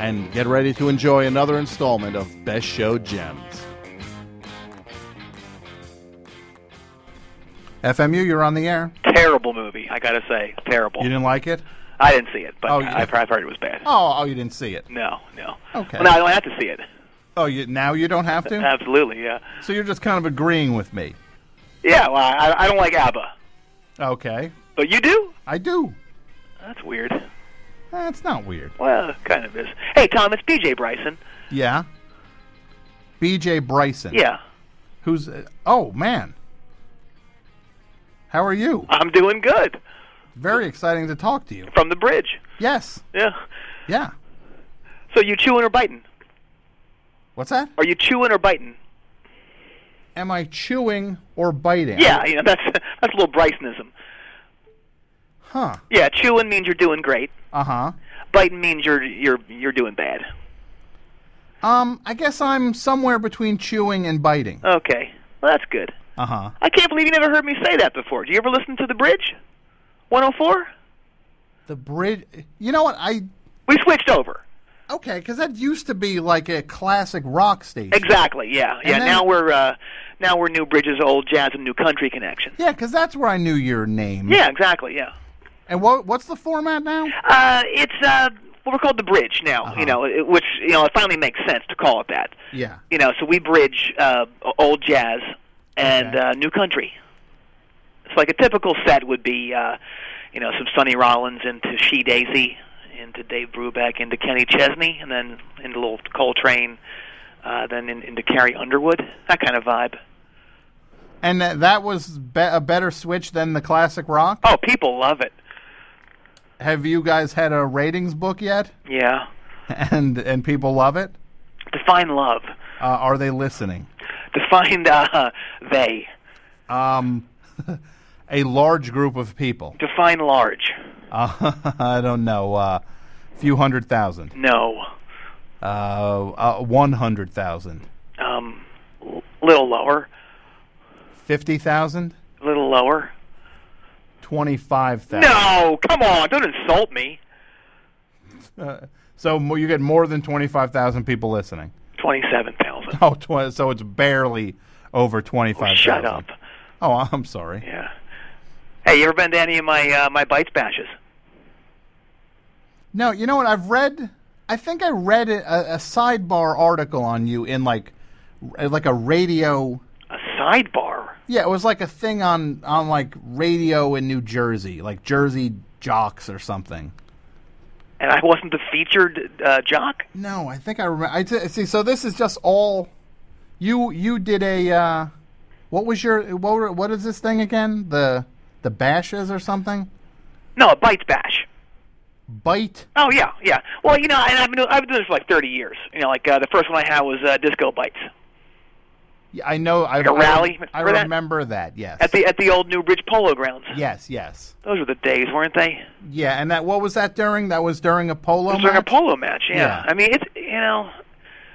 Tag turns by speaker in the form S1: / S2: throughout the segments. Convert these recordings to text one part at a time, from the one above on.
S1: and get ready to enjoy another installment of Best Show Gems. FMU, you're on the air.
S2: Terrible movie, I gotta say, terrible.
S1: You didn't like it?
S2: I didn't see it, but
S1: Oh, you-
S2: I've, I've heard it was bad.
S1: Oh, oh, you didn't see it.
S2: No, no.
S1: Okay.
S2: Well, no, I don't have to see it.
S1: Oh, you, now you don't have to.
S2: Absolutely, yeah.
S1: So you're just kind of agreeing with me.
S2: Yeah, well, I, I don't like ABBA,
S1: Okay,
S2: but you do.
S1: I do.
S2: That's weird.
S1: That's not weird.
S2: Well, it kind of is. Hey, Tom, it's B.J. Bryson.
S1: Yeah. B.J. Bryson.
S2: Yeah,
S1: Who's? uh, Oh man. How are you?
S2: I'm doing good
S1: Very exciting to talk to you.
S2: from the bridge.
S1: Yes.
S2: Yeah.
S1: Yeah.
S2: So you chewing or biting?
S1: What's that?
S2: Are you chewing or biting?
S1: Am I chewing or biting?
S2: Yeah, you know that's that's a little Brysonism.
S1: Huh.
S2: Yeah, chewing means you're doing great.
S1: Uh huh.
S2: Biting means you're you're you're doing bad.
S1: Um, I guess I'm somewhere between chewing and biting.
S2: Okay, well that's good.
S1: Uh huh.
S2: I can't believe you never heard me say that before. Do you ever listen to The Bridge? 104?
S1: The bridge. You know what? I
S2: We switched over.
S1: okay, because that used to be like a classic rock station.
S2: Exactly, yeah. Yeah,
S1: then-
S2: now we're uh now we're new bridges, old jazz and new country connection.
S1: Yeah, because that's where I knew your name.
S2: Yeah, exactly, yeah.
S1: And what what's the format now?
S2: Uh it's uh well, we're called The Bridge now,
S1: Uh-huh.
S2: you know, it, which you know, it finally makes sense to call it that.
S1: Yeah.
S2: You know, so we bridge uh old jazz and
S1: Okay.
S2: uh new country. It's like a typical set would be uh you know, some Sonny Rollins into She Daisy, into Dave Brubeck, into Kenny Chesney, and then into little Coltrane, uh then in, into Carrie Underwood, that kind of vibe.
S1: And that, that was be- a better switch than the classic rock.
S2: Oh, people love it.
S1: Have you guys had a ratings book yet?
S2: Yeah.
S1: And and people love it.
S2: Define love.
S1: Uh, are they listening?
S2: Define uh, they.
S1: Um, a large group of people.
S2: Define large.
S1: Uh, I don't know. uh, few hundred thousand.
S2: No.
S1: Uh, uh, one hundred thousand.
S2: Um, l- little lower.
S1: Fifty thousand.
S2: Little lower.
S1: Twenty-five thousand.
S2: No, come on. Don't insult me.
S1: So mo- you get more than twenty-five thousand people listening.
S2: 27,000.
S1: Oh, tw- so it's barely over twenty-five.
S2: Shut up.
S1: Oh, I'm sorry.
S2: Yeah. Hey, you ever been to any of my uh, my bites bashes?
S1: No, you know what? I've read. I think I read a, a sidebar article on you in like, r- like a radio.
S2: A sidebar.
S1: Yeah, it was like a thing on on like radio in New Jersey, like Jersey jocks or something.
S2: And I wasn't the featured uh, jock?
S1: No, I think I remember. I t- see. So this is just all. You you did a. Uh, what was your what were, what is this thing again? The the bashes or something?
S2: No, a bites bash.
S1: Bite.
S2: Oh yeah, yeah. Well, you know, and I've been doing, I've been doing this for like 30 years. You know, like uh, the first one I had was uh, disco bites.
S1: Yeah, I know. I
S2: a rally?
S1: I,
S2: Remember that?
S1: remember that. Yes.
S2: at the at the old Newbridge Polo Grounds.
S1: yes. Yes.
S2: Those were the days, weren't they?
S1: Yeah. And that what was that during? That was during a polo.
S2: It was during a
S1: match?
S2: polo match. Yeah.
S1: Yeah.
S2: I mean, it's you know,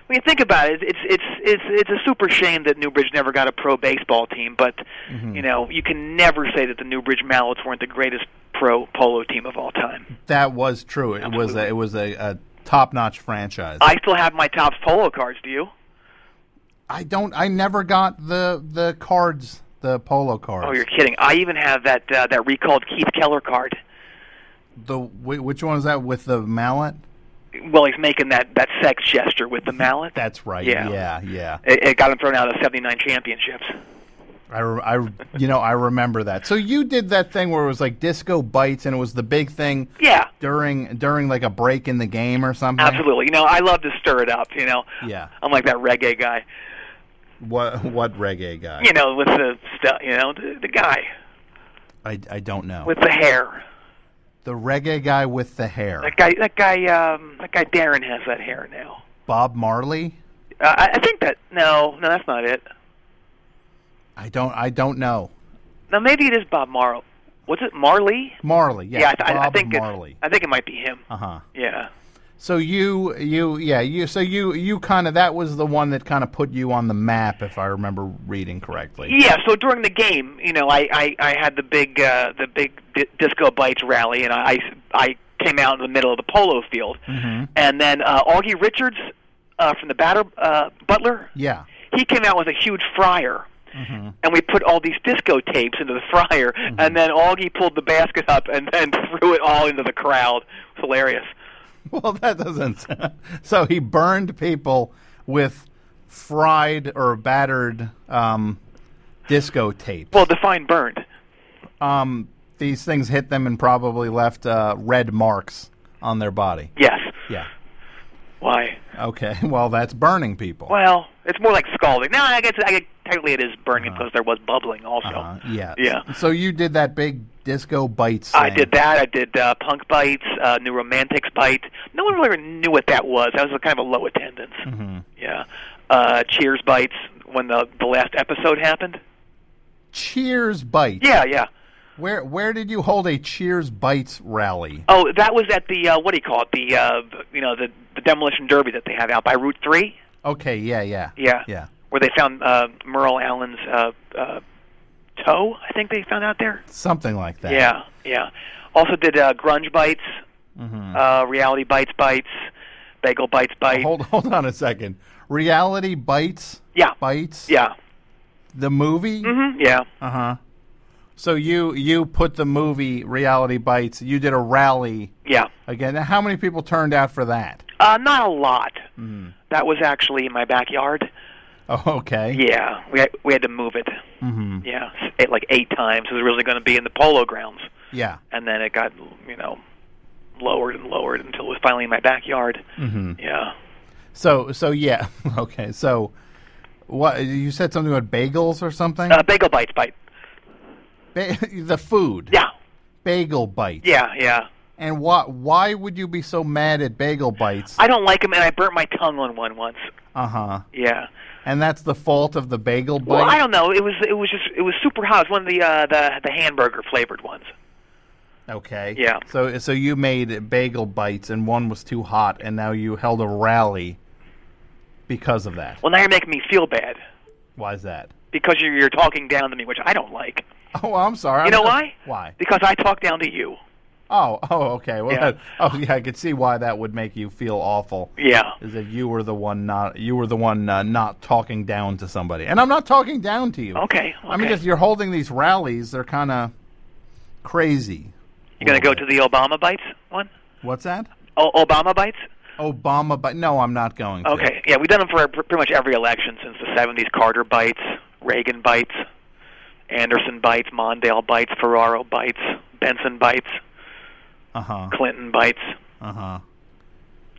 S2: when you think about it, it's it's it's it's a super shame that Newbridge never got a pro baseball team. But you know, you can never say that the Newbridge Mallets weren't the greatest pro polo team of all time.
S1: That was true. It was a, it was a, a top notch franchise.
S2: I still have my tops polo cards. Do you?
S1: I don't. I never got the the cards, the polo cards.
S2: Oh, you're kidding! I even have that uh, that recalled Keith Keller card.
S1: the wh- which one is that with the mallet?
S2: Well, he's making that that sex gesture with the mallet.
S1: That's right.
S2: Yeah.
S1: Yeah. yeah.
S2: It, it got him thrown out of 79 championships.
S1: I, re- I re- you know I remember that. So you did that thing where it was like disco bites, and it was the big thing
S2: Yeah.
S1: during during like a break in the game or something.
S2: Absolutely. You know, I love to stir it up, you know.
S1: Yeah.
S2: I'm like that reggae guy.
S1: What what reggae guy?
S2: You know, with the stuff, you know, the, the guy
S1: I, I don't know.
S2: with the hair.
S1: the reggae guy with the hair.
S2: That guy that guy um that guy Darren has that hair now.
S1: Bob Marley?
S2: Uh, I, I think that no, no, that's not it.
S1: I don't. I don't know.
S2: No, maybe it is Bob Marley. Was it Marley?
S1: Marley. Yes,
S2: yeah, I, th- I-
S1: Bob
S2: I think
S1: Marley.
S2: It, I think it might be him.
S1: Uh huh.
S2: Yeah.
S1: So you, you, yeah, you. So you, you kind of that was the one that kind of put you on the map, if I remember reading correctly.
S2: Yeah, so during the game, you know, I I, I had the big uh, the big di- disco bites rally, and I I came out in the middle of the polo field,
S1: Mm-hmm.
S2: and then uh, Augie Richards uh, from the batter uh, Butler,
S1: Yeah.
S2: he came out with a huge fryer. And we put all these disco tapes into the fryer, and then Augie pulled the basket up and then threw it all into the crowd. It was hilarious.
S1: Well, that doesn't. so he burned people with fried or battered um, disco tape.
S2: Well, define burned.
S1: Um, these things hit them and probably left uh, red marks on their body.
S2: Yes.
S1: Yeah.
S2: Why?
S1: Okay. Well, that's burning people.
S2: Well, it's more like scalding. No, I guess I guess technically it is burning because there was bubbling also.
S1: Uh, yeah.
S2: Yeah.
S1: So you did that big disco bites.
S2: I
S1: thing.
S2: did that. I did uh, punk bites, uh, new romantics bite. No one really knew what that was. That was a kind of a low attendance. Yeah. Uh, cheers bites when the the last episode happened.
S1: Cheers bites.
S2: Yeah, yeah.
S1: Where where did you hold a Cheers bites rally?
S2: Oh, that was at the uh, what do you call it? The uh, you know the the demolition derby that they have out by Route Three.
S1: Okay. Yeah. Yeah.
S2: Yeah.
S1: Yeah.
S2: Where they found uh, Merle Allen's uh, uh, toe. I think they found out there.
S1: Something like that.
S2: Yeah, yeah. Also did uh, grunge bites, uh, reality bites, bites, bagel bites, bites.
S1: Hold hold on a second. Reality bites.
S2: yeah,
S1: Bites.
S2: yeah,
S1: The movie.
S2: hmm yeah,
S1: Uh huh. So you you put the movie Reality Bites. You did a rally
S2: yeah.
S1: again. Now, How many people turned out for that?
S2: Uh, not a lot. That was actually in my backyard.
S1: Oh, okay.
S2: Yeah, we had, we had to move it. Mm-hmm. Yeah, s- eight, like eight times. It was really going to be in the polo grounds,
S1: Yeah.
S2: and then it got you know lowered and lowered until it was finally in my backyard. Mm-hmm. Yeah.
S1: So so yeah. okay. So what you said something about bagels or something?
S2: Uh, bagel bites, bite.
S1: Ba- the food.
S2: Yeah,
S1: Bagel bites.
S2: yeah, yeah.
S1: And why why would you be so mad at bagel bites?
S2: I don't like them, and I burnt my tongue on one once.
S1: Uh huh.
S2: Yeah.
S1: And that's the fault of the bagel bite.
S2: Well, I don't know. It was it was just it was super hot. It was one of the uh, the the hamburger flavored ones.
S1: okay.
S2: Yeah.
S1: So so you made bagel bites and one was too hot and now you held a rally because of that.
S2: Well, now you're making me feel bad
S1: Why is that?
S2: because you're you're talking down to me, which I don't like.
S1: Oh, I'm sorry.
S2: You
S1: I'm
S2: know
S1: just-
S2: why?
S1: Why?
S2: Because I talk down to you.
S1: Oh, oh, okay. Well,
S2: Yeah.
S1: that- oh, yeah. I could see why that would make you feel awful.
S2: Yeah.
S1: Is that you were the one not you were the one uh, not talking down to somebody, and I'm not talking down to you.
S2: Okay. okay.
S1: I mean, just you're holding these rallies. They're kind of crazy.
S2: you're gonna go to the Obama bites one.
S1: What's that?
S2: O- Obama bites.
S1: Obama, but no, I'm not going. To.
S2: Okay. Yeah, we've done them for pr- pretty much every election since the '70s. Carter bites, Reagan bites, Anderson bites, Mondale bites, Ferraro bites, Benson bites,
S1: Uh huh.
S2: Clinton bites.
S1: Uh
S2: Uh-huh.
S1: huh.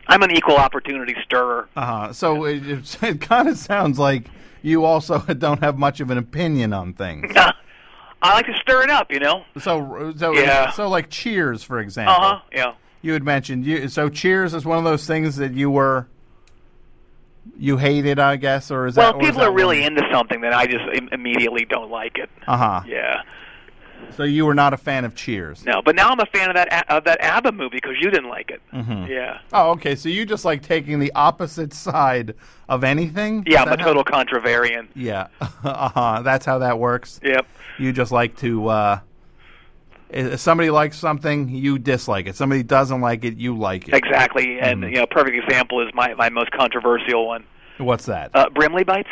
S2: I'm an equal opportunity stirrer.
S1: Uh huh. So it, it, it kind of sounds like you also don't have much of an opinion on things.
S2: I like to stir it up, you know.
S1: So so
S2: Yeah.
S1: so like Cheers, for example.
S2: Uh huh. Yeah.
S1: You had mentioned you. So Cheers is one of those things that you were you hated, I guess, or is
S2: Well,
S1: that?
S2: if people are really into something, then I just Im- immediately don't like it.
S1: Uh huh.
S2: Yeah.
S1: So you were not a fan of Cheers.
S2: No, but now I'm a fan of that A- of that ABBA movie because you didn't like it. Yeah.
S1: Oh, okay. So you just like taking the opposite side of anything. Is
S2: Yeah, I'm a
S1: that
S2: total contrarian.
S1: How, yeah. uh huh. That's how that works.
S2: Yep.
S1: You just like to. uh if somebody likes something, you dislike it. Somebody doesn't like it, you like it.
S2: Exactly. And
S1: Mm-hmm.
S2: you know, perfect example is my my most controversial one.
S1: What's that?
S2: Uh, Brimley bites.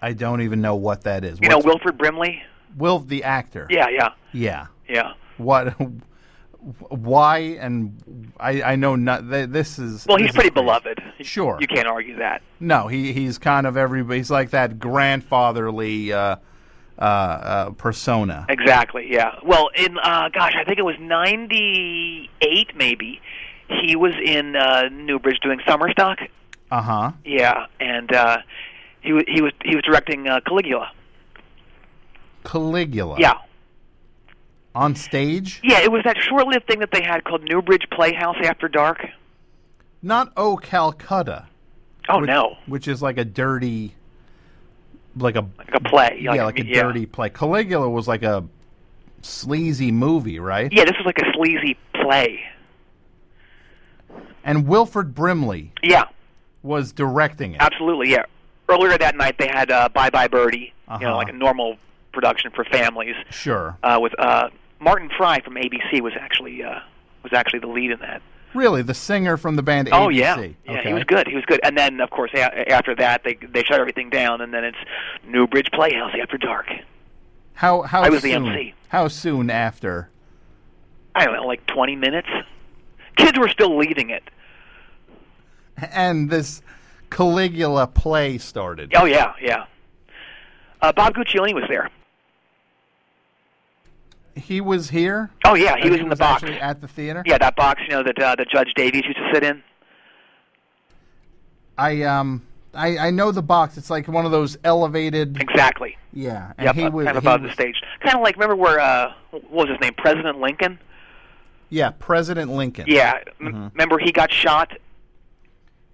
S1: I don't even know what that is.
S2: You know,
S1: What's-
S2: Wilfred Brimley.
S1: Will the actor?
S2: Yeah. Yeah.
S1: Yeah.
S2: Yeah.
S1: what why and i i know not th- this is
S2: Well,
S1: this
S2: he's
S1: is crazy.
S2: pretty beloved.
S1: Sure.
S2: You can't argue that.
S1: no he he's kind of everybody he's like that grandfatherly uh uh, uh persona
S2: Exactly. Yeah. Well, in uh, gosh, I think it was '98, maybe. He was in uh, Newbridge doing summer stock.
S1: uh-huh
S2: Yeah, and uh, he wa- he was he was directing uh, Caligula.
S1: caligula
S2: Yeah.
S1: on stage
S2: Yeah, it was that short-lived thing that they had called Newbridge Playhouse After Dark.
S1: Not Oh Calcutta,
S2: Oh
S1: which,
S2: no,
S1: which is like a dirty, like a
S2: like a play.
S1: yeah, like a
S2: yeah.
S1: dirty play. Caligula was like a sleazy movie, right?
S2: Yeah, this is like a sleazy play.
S1: And Wilfred Brimley
S2: Yeah,
S1: was directing it.
S2: absolutely. Yeah. Earlier that night, they had uh, Bye Bye Birdie. You
S1: Uh-huh.
S2: know, like a normal production for families.
S1: Sure.
S2: Uh, with uh, Martin Fry from ABC was actually uh, was actually the lead in that.
S1: Really, the singer from the band
S2: Oh
S1: ABC.
S2: yeah,
S1: Okay.
S2: yeah, he was good. He was good. And then of course a- after that they they shut everything down, and then it's Newbridge Playhouse after dark.
S1: How how
S2: I was the
S1: soon,
S2: MC.
S1: How soon after?
S2: I don't know, like 20 minutes. Kids were still leaving it.
S1: And this Caligula play started.
S2: Oh yeah, yeah. Uh, Bob Guccione was there.
S1: He was here.
S2: Oh yeah, he
S1: And
S2: was in the box.
S1: actually at the theater.
S2: Yeah, that box, you know, that uh, that Judge Davies used to sit in.
S1: I um I I know the box. It's like one of those elevated.
S2: Exactly.
S1: Yeah. And
S2: Yep,
S1: he
S2: uh,
S1: was
S2: kind of
S1: he
S2: above
S1: was-
S2: the stage. Kind of like remember where uh, what was his name? President Lincoln.
S1: Yeah, President Lincoln.
S2: Yeah, m-
S1: Mm-hmm.
S2: remember he got shot.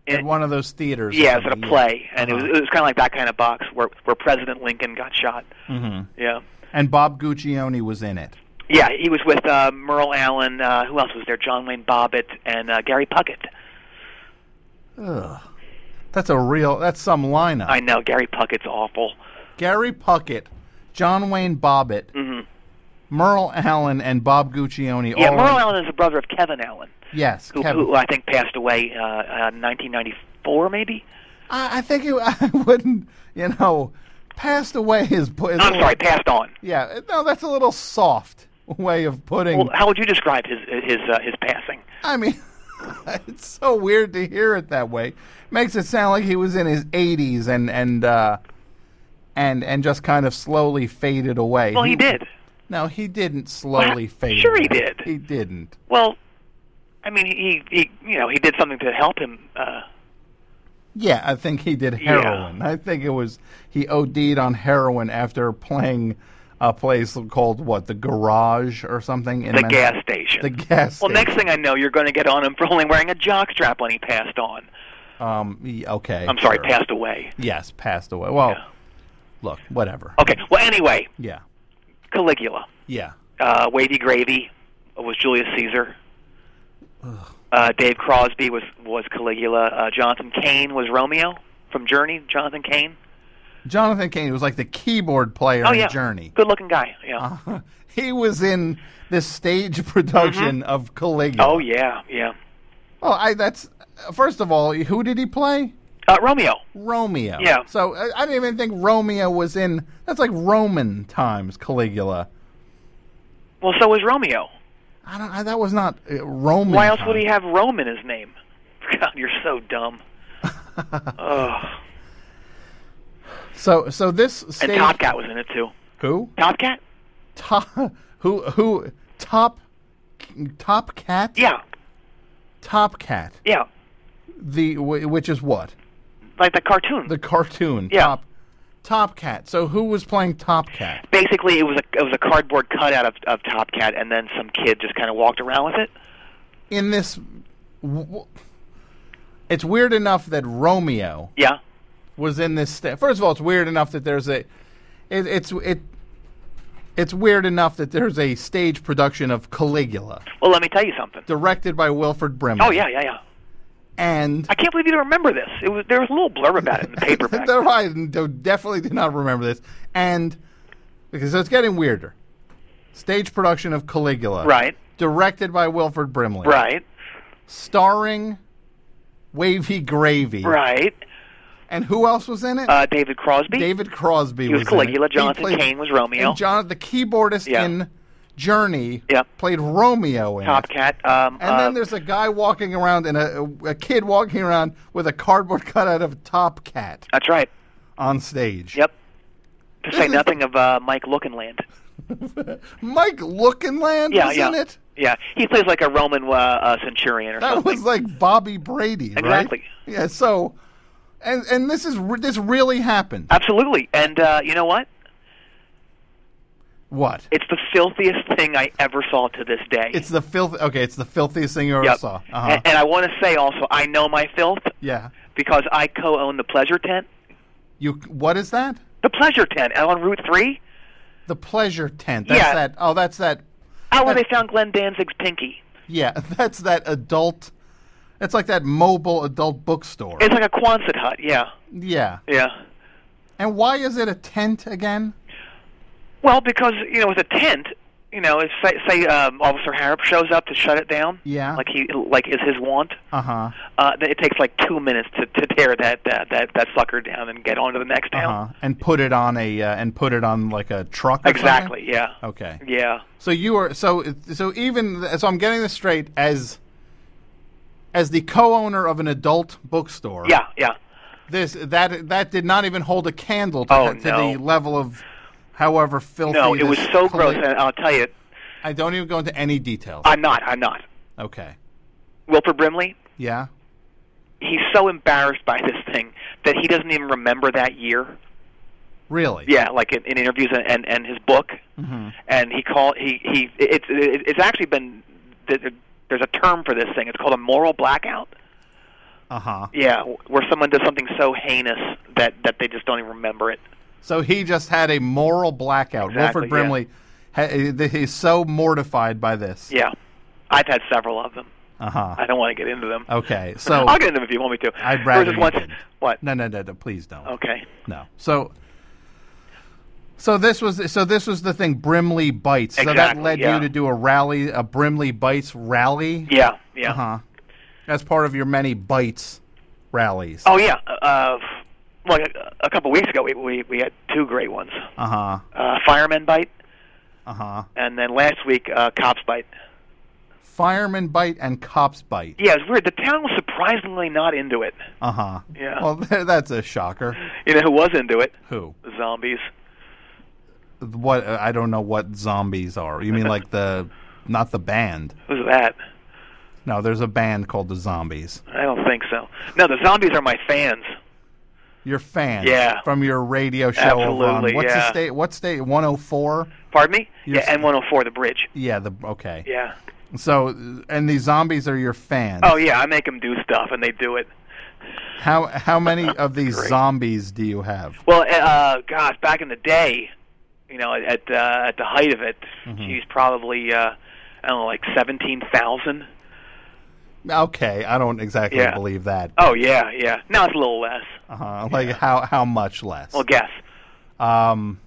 S1: At one of those theaters. or
S2: Yeah, it was at
S1: something,
S2: a play, and
S1: Uh-huh.
S2: it was, it was kind of like that kind of box where where President Lincoln got shot.
S1: Mhm.
S2: Yeah,
S1: And Bob Guccione was in it.
S2: yeah, he was with uh, Merle Allen. Uh, who else was there? John Wayne Bobbitt and uh, Gary Puckett.
S1: Ugh. That's a real. That's some lineup.
S2: I know Gary Puckett's awful.
S1: Gary Puckett, John Wayne Bobbitt, Merle Allen, and Bob Guccione.
S2: Mm-hmm. Yeah,
S1: all in-
S2: Merle Allen is the brother of Kevin Allen,
S1: Yes,
S2: who,
S1: Oh. Kevin.
S2: who I think passed away uh, uh, 1994, maybe.
S1: I, I think it, I wouldn't. You know, passed away his.
S2: I'm sorry, passed on.
S1: Yeah, no, that's a little soft way of putting.
S2: Well, how would you describe his his uh, his passing?
S1: I mean, it's so weird to hear it that way. Makes it sound like he was in his 80s and and uh, and and just kind of slowly faded away.
S2: Well, he did.
S1: No, he didn't slowly
S2: Well,
S1: fade.
S2: sure he
S1: away.
S2: did.
S1: He didn't.
S2: Well, I mean, he he you know he did something to help him. Uh,
S1: Yeah, I think he did
S2: Yeah.
S1: heroin. I think it was he OD'd on heroin after playing a place called what the Garage or something in
S2: the
S1: Manhattan.
S2: gas station.
S1: The gas.
S2: Well,
S1: station.
S2: next thing I know, you're going to get on him for only wearing a jockstrap when he passed on.
S1: Um. y- Okay.
S2: I'm sorry,
S1: sure.
S2: passed away.
S1: Yes, passed away. Well, look, whatever.
S2: Okay. Well, anyway,
S1: Yeah.
S2: Caligula,
S1: Yeah.
S2: uh, Wavy Gravy was Julius Caesar. Uh, Dave Crosby was was Caligula. Uh, Jonathan Cain was Romeo from Journey. Jonathan Cain.
S1: Jonathan Cain was like the keyboard player
S2: Oh
S1: in
S2: yeah,
S1: Journey. Uh-huh.
S2: Good-looking guy. Yeah.
S1: He was in this stage production of Caligula.
S2: Mm-hmm. Oh yeah, yeah.
S1: Well, I that's first of all, who did he play?
S2: Uh, Romeo.
S1: Romeo.
S2: Yeah.
S1: So I, I didn't even think Romeo was in. That's like Roman times Caligula.
S2: Well, so was Romeo.
S1: I don't. I, that was not uh, Roman.
S2: Why else
S1: times.
S2: would he have Rome in his name? God, you're so dumb. oh.
S1: So so this
S2: And
S1: stage.
S2: Top Cat was in it too.
S1: Who?
S2: Top Cat?
S1: Top. Who? Who? Top. Top cat.
S2: Yeah,
S1: Top cat.
S2: yeah.
S1: The wh- which is what
S2: Like the cartoon.
S1: the cartoon.
S2: Yeah.
S1: Top. Top cat. So who was playing Top cat?
S2: Basically, it was a it was a cardboard cutout of of Top Cat, and then some kid just kind of walked around with it.
S1: in this. W- w- it's weird enough that Romeo
S2: Yeah,
S1: was in this. Sta- First of all, it's weird enough that there's a. It, it's it. It's weird enough that there's a stage production of Caligula
S2: Well, let me tell you something.
S1: directed by Wilfred Brimley.
S2: Oh yeah, yeah, yeah.
S1: and
S2: I can't believe you don't remember this. It was there was a little blurb about it in the paper back.
S1: No, I do- definitely do not remember this. And because so it's getting weirder. Stage production of Caligula,
S2: Right,
S1: Directed by Wilfred Brimley,
S2: right,
S1: Starring Wavy Gravy,
S2: right.
S1: And who else was in it?
S2: Uh, David Crosby.
S1: David Crosby
S2: he was
S1: in it.
S2: Caligula. Jonathan
S1: played-
S2: Cain was Romeo.
S1: And John, the keyboardist
S2: Yeah.
S1: in Journey,
S2: Yeah.
S1: played Romeo in
S2: Top
S1: it.
S2: Cat. Um,
S1: And
S2: uh,
S1: then there's a guy walking around and a, a kid walking around with a cardboard cutout of Top Cat
S2: that's right.
S1: on stage.
S2: Yep. To say nothing of uh, Mike Lookinland.
S1: Mike Lookinland
S2: Yeah,
S1: was
S2: yeah,
S1: in it.
S2: yeah. He plays like a Roman uh, uh, centurion or
S1: That
S2: something.
S1: was like Bobby Brady, right?
S2: Exactly.
S1: Yeah. So, and and this is re- this really happened.
S2: Absolutely. And uh, you know what?
S1: What?
S2: It's the filthiest thing I ever saw to this day.
S1: It's the filth. Okay, it's the filthiest thing you ever
S2: Yep.
S1: saw.
S2: A-
S1: Uh-huh.
S2: and, I want to say also, I know my filth
S1: yeah.
S2: because I co-own the Pleasure Tent.
S1: You. What is that?
S2: The Pleasure Tent out on Route Three,
S1: The pleasure tent. That's
S2: Yeah.
S1: that. Oh, that's that.
S2: out where they
S1: That-
S2: found Glenn Danzig's pinky.
S1: Yeah, that's that adult. It's like that mobile adult bookstore.
S2: It's like a Quonset hut. Yeah,
S1: yeah.
S2: yeah.
S1: And why is it a tent again?
S2: Well, because you know, with a tent, you know, if say, say um, Officer Harrop shows up to shut it down,
S1: Yeah.
S2: like he like is his want.
S1: Uh huh.
S2: Uh, th- it takes like two minutes to, to tear that, that that that sucker down and get on to the next
S1: Uh
S2: town.
S1: huh. And put it on a uh, and put it on like a truck. Or
S2: Exactly. Yeah.
S1: Something? Okay.
S2: Yeah.
S1: So you are so so even th- so I'm getting this straight as as the co-owner of an adult bookstore.
S2: Yeah. Yeah.
S1: This that that did not even hold a candle to,
S2: Oh,
S1: to
S2: no.
S1: the level of however filthy.
S2: No, it was
S1: this
S2: so
S1: pla-
S2: gross, and I'll tell you,
S1: I don't even go into any details.
S2: I'm not. I'm not.
S1: okay.
S2: Wilford Brimley.
S1: Yeah.
S2: He's so embarrassed by this thing that he doesn't even remember that year.
S1: Really.
S2: Yeah, like in, in interviews and, and and his book,
S1: hmm
S2: and he called he he. It's it, it's actually been th- th- there's a term for this thing. It's called a moral blackout.
S1: Uh huh.
S2: Yeah, wh- where someone does something so heinous that that they just don't even remember it.
S1: So he just had a moral blackout.
S2: Exactly,
S1: Wilford Brimley, ha- eh, he's so mortified by this.
S2: Yeah, I've had several of them.
S1: Uh huh.
S2: I don't want to get into them.
S1: Okay. Oh, So
S2: I'll get into them if you want me to.
S1: I'd
S2: There was
S1: rather
S2: this
S1: you
S2: one-
S1: didn't.
S2: What?
S1: no, no, no, no, please don't.
S2: Okay.
S1: No. So so this was so this was the thing Brimley bites. so that
S2: Exactly,
S1: led
S2: yeah.
S1: you to do a rally, a Brimley bites rally.
S2: Yeah. Yeah.
S1: Uh-huh. That's part of your many bites rallies.
S2: Oh yeah. Uh, well, a, a couple weeks ago we, we we had two great ones.
S1: Uh-huh.
S2: Uh, firemen bite,
S1: Uh-huh.
S2: and then last week uh, cops bite.
S1: Firemen bite and cops bite.
S2: Yeah, it's weird. The town was surprisingly not into it.
S1: Uh-huh.
S2: Yeah.
S1: Well, that's a shocker.
S2: You know who was into it?
S1: Who?
S2: The zombies.
S1: What uh, I don't know what zombies are. You mean like the not the band.
S2: Who's that?
S1: No, there's a band called the Zombies.
S2: I don't think so. No, the zombies are my fans.
S1: Your fans
S2: Yeah.
S1: from your radio show over on
S2: Absolutely,
S1: what's the
S2: yeah.
S1: state what state 104?
S2: Pardon me?
S1: Yes.
S2: Yeah, N104, the bridge.
S1: Yeah, the okay.
S2: Yeah.
S1: So, and these zombies are your fans.
S2: Oh yeah, I make them do stuff, and they do it.
S1: How how many of these
S2: Great.
S1: zombies do you have?
S2: Well, uh, gosh, back in the day, you know, at uh, at the height of it, geez, probably uh, I don't know, like seventeen thousand.
S1: Okay, I don't exactly
S2: Yeah.
S1: believe that.
S2: Oh yeah, yeah. Now it's a little less.
S1: Uh, like how how much less?
S2: Well, guess.
S1: Um,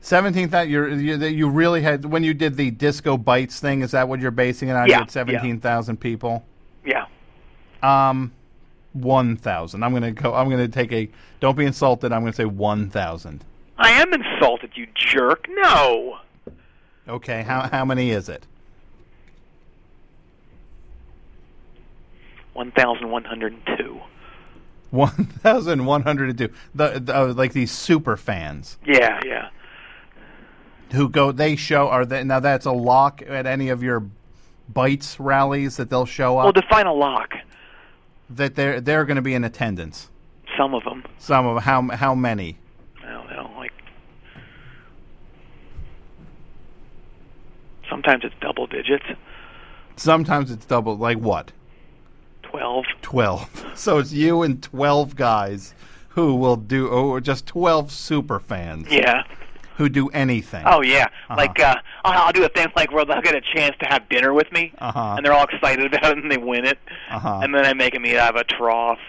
S1: seventeen thousand. You you that you really had when you did the disco bites thing. Is that what you're basing it on?
S2: Yeah,
S1: You had seventeen thousand people.
S2: Yeah.
S1: Um, one thousand. I'm gonna go. I'm gonna take a. Don't be insulted. I'm gonna say one thousand.
S2: I am insulted, you jerk. No.
S1: Okay. How how many is it?
S2: One thousand one hundred and two.
S1: One thousand one hundred and two. The, the uh, like these super fans
S2: Yeah, yeah.
S1: who go. They show are they now. That's a lock at any of your bites rallies that they'll show up.
S2: Well, define a lock.
S1: that they're they're going to be in attendance.
S2: Some of them.
S1: Some of how how many?
S2: I don't know, like. Sometimes it's double digits.
S1: Sometimes it's double. Like what?
S2: Twelve.
S1: Twelve. So it's you and twelve guys who will do, or just twelve super fans
S2: Yeah.
S1: who do anything.
S2: Oh yeah,
S1: Uh-huh.
S2: like uh, I'll I'll do a thing like where they'll get a chance to have dinner with me,
S1: Uh-huh.
S2: and they're all excited about it, and they win it,
S1: Uh-huh.
S2: and then I make them eat out of a trough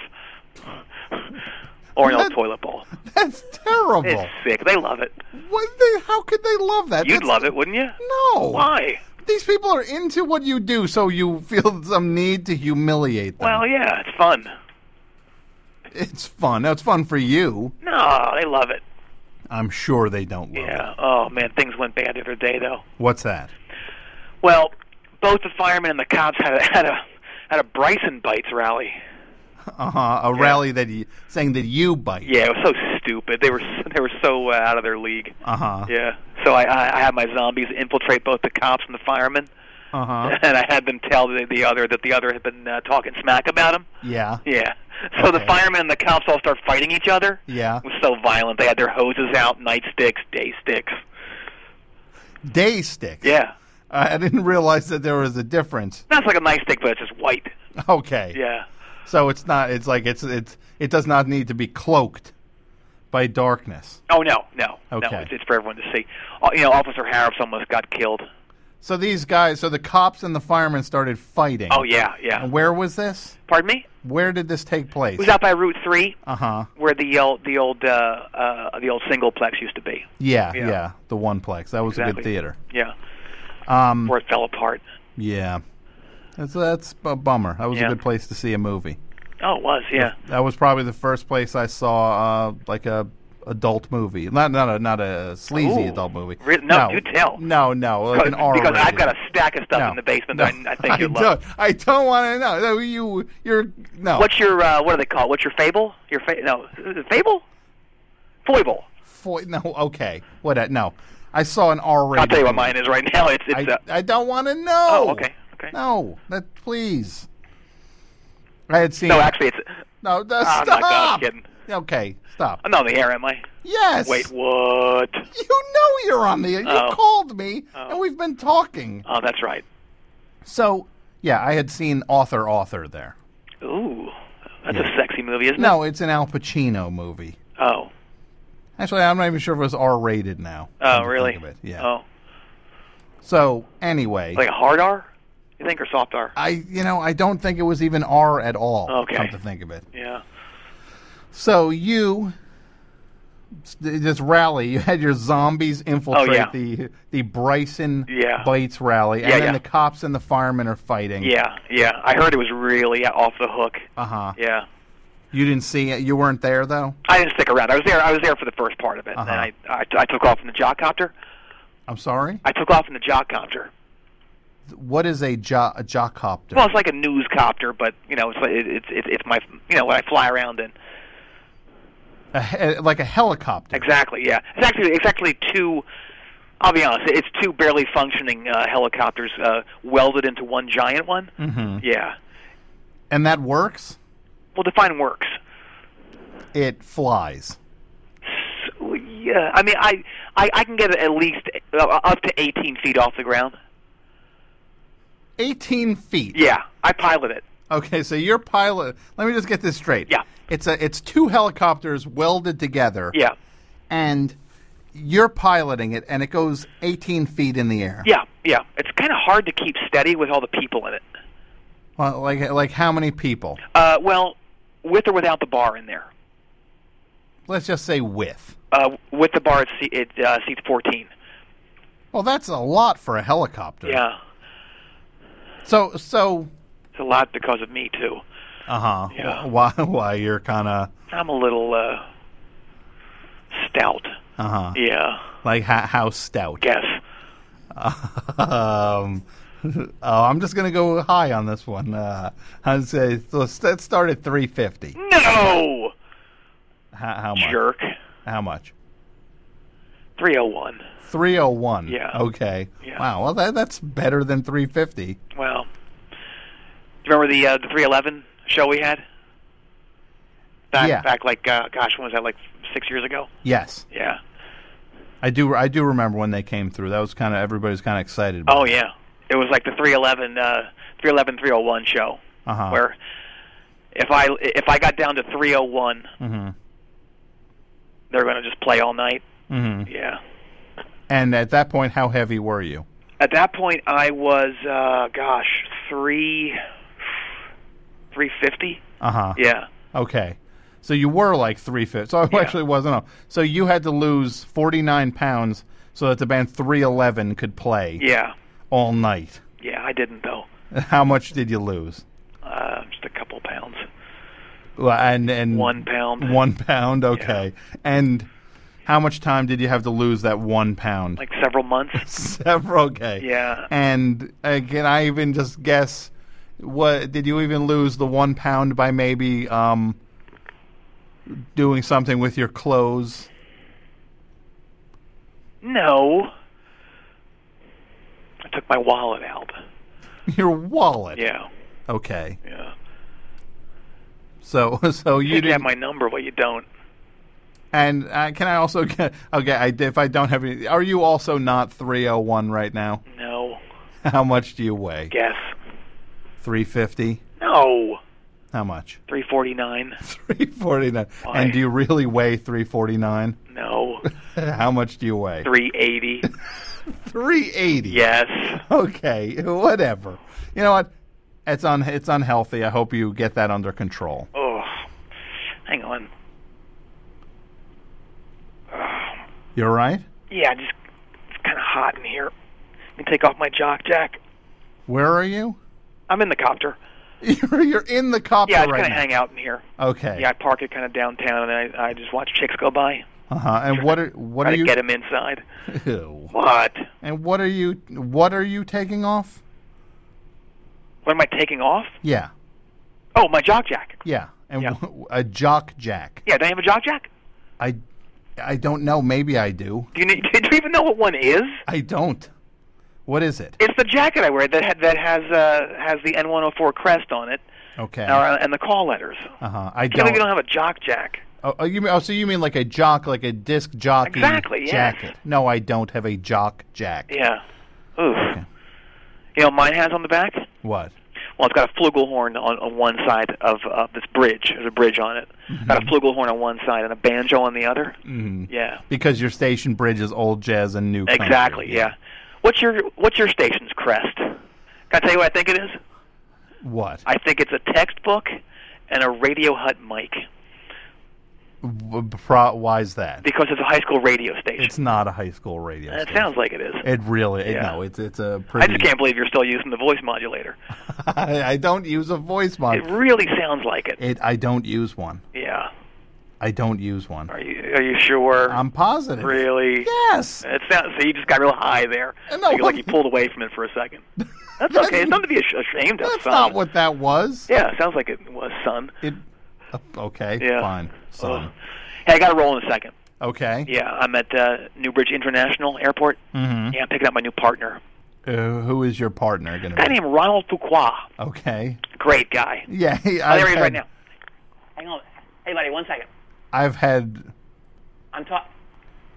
S2: or an old
S1: That-
S2: toilet bowl.
S1: that's terrible.
S2: It's sick. They love it.
S1: What the, how could they love that?
S2: You'd
S1: That's- Mm. Uh-huh.
S2: love it, wouldn't you?
S1: No.
S2: Why?
S1: These people are into what you do, so you feel some need to humiliate them.
S2: Well, yeah, it's fun.
S1: it's fun. Now, it's fun for you.
S2: No, they love it.
S1: I'm sure they don't love it.
S2: Yeah. Oh man, things went bad the other day though.
S1: What's that?
S2: Well, both the firemen and the cops had a had a had a Bryson bites rally.
S1: Uh-huh. A rally that you, saying that you bite.
S2: Yeah, it was so stupid. They were s- they were so uh, out of their league.
S1: Uh-huh.
S2: Yeah. So I, I I had my zombies infiltrate both the cops and the firemen,
S1: Uh-huh.
S2: and I had them tell the, the other that the other had been uh, talking smack about him.
S1: Yeah.
S2: Yeah. so the
S1: Okay.
S2: firemen and the cops all start fighting each other.
S1: Yeah.
S2: It was so violent. They had their hoses out, night sticks, day sticks.
S1: Day stick. Uh,
S2: Yeah.
S1: I I didn't realize that there was a difference.
S2: That's like a night stick, but it's just white.
S1: Okay.
S2: Yeah.
S1: So it's not. It's like it's it's it does not need to be cloaked by darkness.
S2: Oh no, no,
S1: Okay.
S2: no! It's, it's for everyone to see. Uh, you know, Officer Harris almost got killed.
S1: So these guys, so the cops and the firemen started fighting.
S2: Oh yeah, yeah.
S1: And where was this?
S2: Pardon me?
S1: Where did this take place?
S2: It was out by Route Three,
S1: Uh huh.
S2: where the old the old uh, uh, the old singleplex used to be.
S1: Yeah, yeah,
S2: Yeah.
S1: The oneplex. That was a good
S2: Exactly.
S1: theater.
S2: Yeah,
S1: Um,
S2: where it fell apart.
S1: yeah. That's that's a bummer. That was
S2: Yeah.
S1: a good place to see a movie.
S2: Oh, it was. Yeah.
S1: That was probably the first place I saw uh, like a adult movie. Not not a not a sleazy
S2: Ooh.
S1: adult movie.
S2: Re- no, you tell.
S1: No, no, like an R.
S2: because I've
S1: rated.
S2: got a stack of stuff
S1: No.
S2: in the basement
S1: No.
S2: that I, I think you'll
S1: don't,
S2: love.
S1: I don't want to know. No, You you're no.
S2: What's your uh, what do they call? It? What's your fable? Your fa- no is it fable, foible.
S1: Fo- no, okay. What a- no. I saw an R rated.
S2: I'll tell you what mine is right now. It's it's
S1: I,
S2: uh,
S1: I don't want to know.
S2: oh okay okay.
S1: No, that please. I had seen.
S2: No, actually, it's
S1: no, no,
S2: oh,
S1: stop.
S2: my God, I'm kidding.
S1: Okay, stop.
S2: I'm not on the air, am I?
S1: yes.
S2: Uh, Wait, what?
S1: You know you're on the. You
S2: Oh.
S1: called me,
S2: Oh.
S1: and we've been talking.
S2: Oh, that's right.
S1: So, yeah, I had seen author author there.
S2: Ooh, that's
S1: Yeah.
S2: a sexy movie, isn't it?
S1: No, it's an Al Pacino movie.
S2: Oh,
S1: Actually, I'm not even sure if it was R rated now.
S2: oh,
S1: come to
S2: really?
S1: think of it. Yeah.
S2: Oh,
S1: So anyway,
S2: like a hard R? You think or soft R?
S1: I you know I don't think it was even R at all.
S2: Okay.
S1: Come to think of it.
S2: Yeah.
S1: So you s- this rally, you had your zombies infiltrate
S2: Oh, yeah.
S1: the the Bryson
S2: Yeah.
S1: Bites rally, and
S2: Yeah,
S1: then
S2: yeah.
S1: the cops and the firemen are fighting.
S2: Yeah, yeah. I heard it was really off the hook.
S1: Uh huh.
S2: Yeah.
S1: You didn't see it. You weren't there though.
S2: I didn't stick around. I was there. I was there for the first part of it,
S1: Uh-huh.
S2: and I, I I took off in the jockcopter.
S1: I'm sorry.
S2: I took off in the jockcopter.
S1: What is a, jo- a jockcopter?
S2: Well, it's like a news copter, but you know, it's like it, it's it's it's my you know what I fly around in.
S1: A he- like a helicopter.
S2: Exactly. Yeah. It's actually it's actually two. I'll be honest. It's two barely functioning uh, helicopters uh, welded into one giant one.
S1: hmm
S2: Yeah.
S1: And that works.
S2: Well, define works.
S1: It flies.
S2: So, yeah. I mean, I I, I can get it at least uh, up to 18 feet off the ground.
S1: 18 feet.
S2: Yeah. I pilot it.
S1: Okay, so your pilot. Let me just get this straight.
S2: Yeah.
S1: It's a it's two helicopters welded together.
S2: Yeah.
S1: and you're piloting it, and it goes 18 feet in the air.
S2: Yeah. Yeah. It's kind of hard to keep steady with all the people in it.
S1: Well, like like how many people?
S2: Uh, well, with or without the bar in there.
S1: Let's just say with.
S2: Uh, with the bar, it, se- it uh, seats 14.
S1: Well, that's a lot for a helicopter.
S2: Yeah.
S1: So so.
S2: It's a lot because of me too.
S1: Uh huh.
S2: Yeah.
S1: Why why you're kind of
S2: I'm a little uh, stout.
S1: uh huh
S2: Yeah.
S1: like how, how stout?
S2: Guess.
S1: um. Oh, I'm just gonna go high on this one. Uh, I'd say so let's let's start at 350.
S2: No.
S1: How, how much?
S2: Jerk.
S1: How much?
S2: 301.
S1: 301.
S2: Yeah.
S1: Okay.
S2: Yeah.
S1: Wow. Well, that that's better than 350.
S2: Well, do you remember the uh, the 311 show we had? Back
S1: Yeah.
S2: back like uh, gosh, when was that? Like six years ago.
S1: Yes.
S2: Yeah.
S1: I do. I do remember when they came through. That was kind of everybody's kind of excited. About
S2: Oh yeah. It was like the 311 uh, 311 301 show
S1: Uh-huh.
S2: where if I if I got down to 301,
S1: Mm-hmm.
S2: they're going to just play all night.
S1: Mm-hmm.
S2: Yeah.
S1: And at that point, how heavy were you?
S2: At that point, I was, uh, gosh, three, three fifty.
S1: Uh huh.
S2: Yeah,
S1: Okay. So you were like three fifty. So I
S2: Yeah.
S1: actually wasn't. Up. So you had to lose forty nine pounds so that the band three eleven could play
S2: yeah,
S1: all night.
S2: yeah. I didn't though.
S1: How much did you lose?
S2: Uh, just a couple pounds.
S1: Well, And and
S2: One pound.
S1: One pound. Okay. And how much time did you have to lose that one pound?
S2: Like several months.
S1: Several. Okay.
S2: Yeah.
S1: And uh, can I even just guess? What did you even lose the one pound by maybe um, doing something with your clothes?
S2: No. I took my wallet out.
S1: Your wallet.
S2: Yeah,
S1: Okay.
S2: yeah.
S1: So so
S2: You,
S1: you
S2: think you
S1: did
S2: have my number, but you don't.
S1: and uh, can I also get okay? I, if I don't have any, are you also not three oh one right now?
S2: No.
S1: How much do you weigh?
S2: Guess.
S1: Three fifty.
S2: No.
S1: How much?
S2: 349.
S1: Three forty nine.
S2: Why?
S1: And do you really weigh three forty nine?
S2: No.
S1: How much do you weigh?
S2: 380.
S1: Three eighty.
S2: Yes.
S1: Okay. Whatever. You know what? It's un it's unhealthy. I hope you get that under control.
S2: Oh. Hang on. Oh.
S1: You're right.
S2: Yeah, just it's kind of hot in here. Let me take off my jock jack.
S1: Where are you?
S2: I'm in the copter.
S1: You're, you're in the copter
S2: Yeah, I just
S1: right
S2: kind
S1: now.
S2: of hang out in here.
S1: Okay.
S2: Yeah, I park it kind of downtown, and I, I just watch chicks go by.
S1: Uh-huh. And what are what
S2: Try
S1: are
S2: to
S1: you?
S2: get 'em inside.
S1: Ew.
S2: What?
S1: And what are you what are you taking off?
S2: What am I taking off?
S1: Yeah.
S2: Oh, my jock jack.
S1: Yeah. And
S2: Yeah.
S1: w- a jock jack.
S2: Yeah, do I have a jock jack?
S1: I I don't know, maybe I do.
S2: Do you, need, do you even know what one is?
S1: I don't. What is it?
S2: It's the jacket I wear that had, that has uh, has the N104 crest on it
S1: Okay.
S2: uh, and the call letters.
S1: Uh-huh. I
S2: Tell me
S1: don't.
S2: you don't have a jock jack.
S1: oh, oh, you mean, oh, so you mean like a jock like a disc jockey
S2: Exactly, yes.
S1: jacket. No, I don't have a jock jack.
S2: Yeah. Oof. You know what mine has on the back?
S1: What?
S2: Well, it's got a flugelhorn on, on one side of uh, this bridge. There's a bridge on it. Got
S1: Mm-hmm.
S2: a flugelhorn on one side and a banjo on the other.
S1: Mm.
S2: Yeah,
S1: Because your station bridge is old jazz and new country.
S2: exactly. Yeah. What's your What's your station's crest? Can I tell you what I think it is?
S1: What?
S2: I think it's a textbook and a Radio Hut mic
S1: W- pro- why's that?
S2: because it's a high school radio station.
S1: It's not a high school radio.
S2: And it
S1: station.
S2: sounds like it is.
S1: It really, it,
S2: Yeah.
S1: no, it's it's a
S2: I
S1: pretty.
S2: just can't believe you're still using the voice modulator.
S1: I, I don't use a voice mod.
S2: It really sounds like it.
S1: It, I don't use one.
S2: Yeah.
S1: I don't use one.
S2: Are you Are you sure?
S1: I'm positive.
S2: really?
S1: Yes.
S2: It sounds so you just got real high there.
S1: Uh, no,
S2: Like- like you
S1: what-
S2: pulled away from it for a second. That's
S1: That's-
S2: okay. It's nothing to be ash- ashamed of.
S1: That's
S2: son.
S1: not what that was.
S2: Yeah, it sounds like it was son.
S1: It. uh, Okay.
S2: Yeah.
S1: Fine. Son.
S2: Ugh. Hey, I got to roll in a second.
S1: Okay.
S2: Yeah, I'm at uh, Newbridge International Airport.
S1: Mm-hmm.
S2: Yeah, I'm picking up my new partner.
S1: Uh, who is your partner going to
S2: A guy
S1: be?
S2: named Ronald Fuqua.
S1: Okay.
S2: Great guy.
S1: Yeah.
S2: Oh,
S1: I've
S2: there he is
S1: had,
S2: right now. Hang on. Hey, buddy, one second.
S1: I've had.
S2: I'm talking.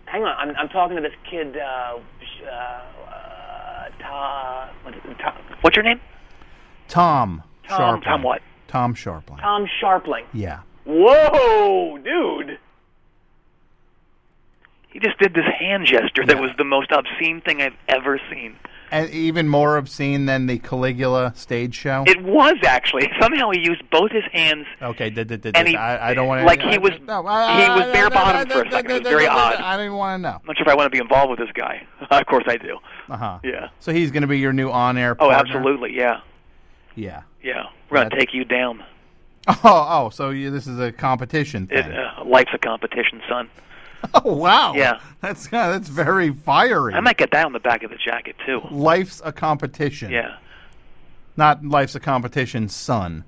S2: Hang on, I'm, I'm talking to this kid. Uh, sh- uh, uh, Ta- what is it? Ta- What's your name?
S1: Tom.
S2: Tom-
S1: Sharpline.
S2: Tom what?
S1: Tom Sharpline.
S2: Tom Sharpling.
S1: Yeah.
S2: Whoa, dude. He just did this hand gesture that was the most obscene thing I've ever seen.
S1: And even more obscene than the Caligula stage show.
S2: It was actually. Somehow he used both his hands.
S1: Okay, did, did, did,
S2: And he-
S1: I, I don't want to.
S2: like, he was-
S1: No, I,
S2: he was
S1: I- I-
S2: bare-bottomed
S1: I-
S2: for a
S1: I-
S2: second.
S1: I-
S2: It was very
S1: I- I-
S2: odd.
S1: I didn't want to know.
S2: I'm not sure if I want to be involved with this guy. of course I do.
S1: Uh huh.
S2: Yeah.
S1: So he's going to be your new on-air.
S2: Oh,
S1: partner?
S2: absolutely. Yeah.
S1: Yeah.
S2: Yeah. We're going to
S1: That's-
S2: take you down.
S1: Oh, oh. So you, this is a competition
S2: It,
S1: thing.
S2: uh, life's a competition, son.
S1: oh, wow.
S2: Yeah.
S1: That's uh, that's very fiery.
S2: I might get that on the back of the jacket, too.
S1: life's a competition.
S2: Yeah.
S1: Not life's a competition, son.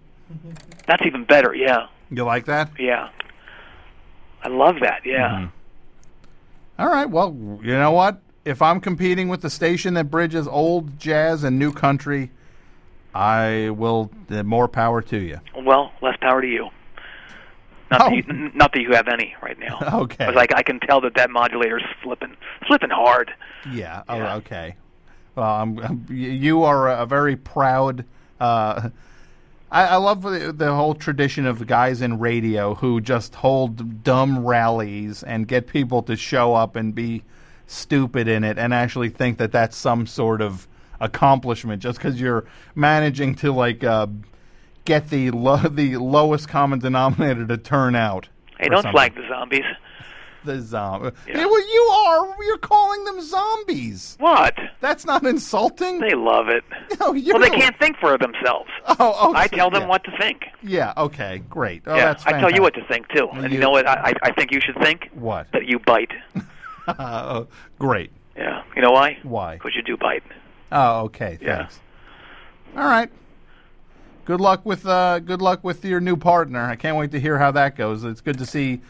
S2: That's even better. Yeah.
S1: You like that?
S2: Yeah. I love that. Yeah.
S1: All right. Well, you know what? If I'm competing with the station that bridges old jazz and new country, I will. Uh, more power to you.
S2: Well, less power to you.
S1: Mm-hmm.
S2: Not,
S1: Oh.
S2: that, you, n- not that you have any right now.
S1: Okay.
S2: Because I, I can tell that that modulator's flipping, flipping hard.
S1: Yeah.
S2: Yeah.
S1: Oh, okay. Well, I'm, I'm- y- you are a very proud. Uh, I, I love the, the whole tradition of guys in radio who just hold dumb rallies and get people to show up and be stupid in it, and actually think that that's some sort of accomplishment just because you're managing to like uh, get the lo- the lowest common denominator to turn out.
S2: Hey,
S1: or
S2: don't
S1: something.
S2: flag the zombies.
S1: the zombie.
S2: Yeah.
S1: well, you are. You're calling them zombies.
S2: What?
S1: That's not insulting.
S2: They love it.
S1: no, you.
S2: Well, they can't think for themselves.
S1: Oh, oh,
S2: I
S1: so-
S2: tell them
S1: yeah.
S2: what to think.
S1: Yeah. Okay. Great. Oh,
S2: yeah,
S1: that's
S2: I tell you what
S1: fantastic.
S2: to think too. And you,
S1: you-
S2: know what? I, I I think you should think
S1: What?
S2: that you bite.
S1: Uh, great.
S2: Yeah. You know why?
S1: Why?
S2: Because you do bite.
S1: Oh, okay.
S2: Yeah.
S1: Thanks. All right. Good luck with uh, good luck with your new partner. I can't wait to hear how that goes. It's good to see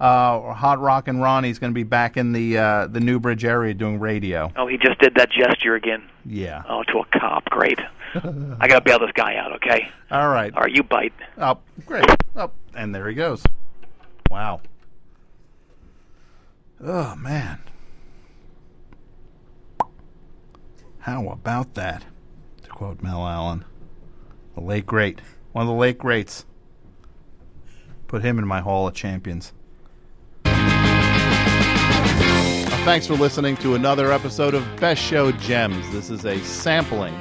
S1: uh, Hot Rock and Ronnie's going to be back in the uh, the Newbridge area doing radio.
S2: Oh, he just did that gesture again.
S1: Yeah.
S2: Oh, to a cop. Great. I got to bail this guy out, okay?
S1: All right.
S2: All right, you bite.
S1: Up. Great. Up. And there he goes. Wow. Oh, man. How about that? To quote Mel Allen, the late great, one of the late greats. Put him in my Hall of Champions. Thanks for listening to another episode of Best Show Gems. This is a sampling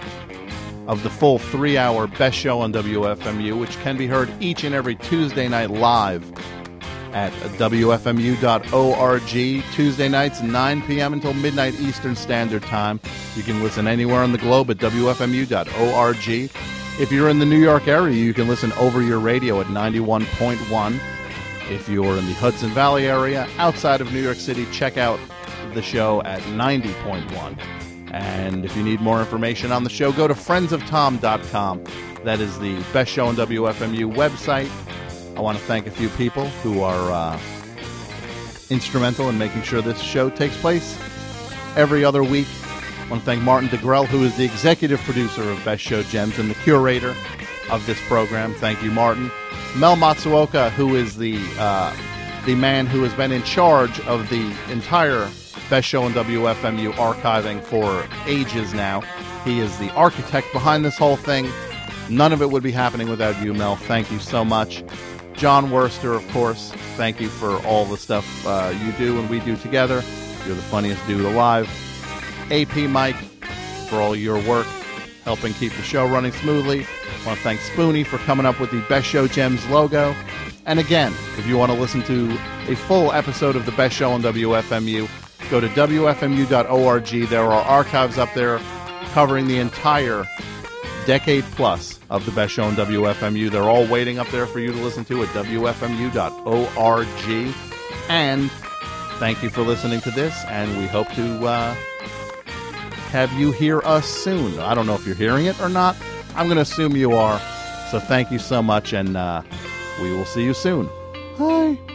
S1: of the full three hour Best Show on WFMU, which can be heard each and every Tuesday night live at WFMU.org. Tuesday nights, 9 p.m. until midnight Eastern Standard Time. You can listen anywhere on the globe at WFMU.org. If you're in the New York area, you can listen over your radio at 91.1. If you're in the Hudson Valley area outside of New York City, check out the show at 90.1. And if you need more information on the show, go to friendsoftom.com. That is the best show on WFMU website. I want to thank a few people who are uh, instrumental in making sure this show takes place every other week. I want to thank Martin DeGrell, who is the executive producer of Best Show Gems and the curator of this program. Thank you, Martin. Mel Matsuoka, who is the uh, the man who has been in charge of the entire Best Show on WFMU archiving for ages now. He is the architect behind this whole thing. None of it would be happening without you, Mel. Thank you so much. John Worster, of course, thank you for all the stuff uh, you do and we do together. You're the funniest dude alive. AP Mike, for all your work helping keep the show running smoothly. I want to thank Spoonie for coming up with the Best Show Gems logo. And again, if you want to listen to a full episode of the Best Show on WFMU, go to WFMU.org. There are archives up there covering the entire decade plus of the Best Show on WFMU. They're all waiting up there for you to listen to at WFMU.org. And thank you for listening to this, and we hope to. Uh, have you hear us soon. I don't know if you're hearing it or not. I'm going to assume you are. So thank you so much, and uh, we will see you soon. Bye.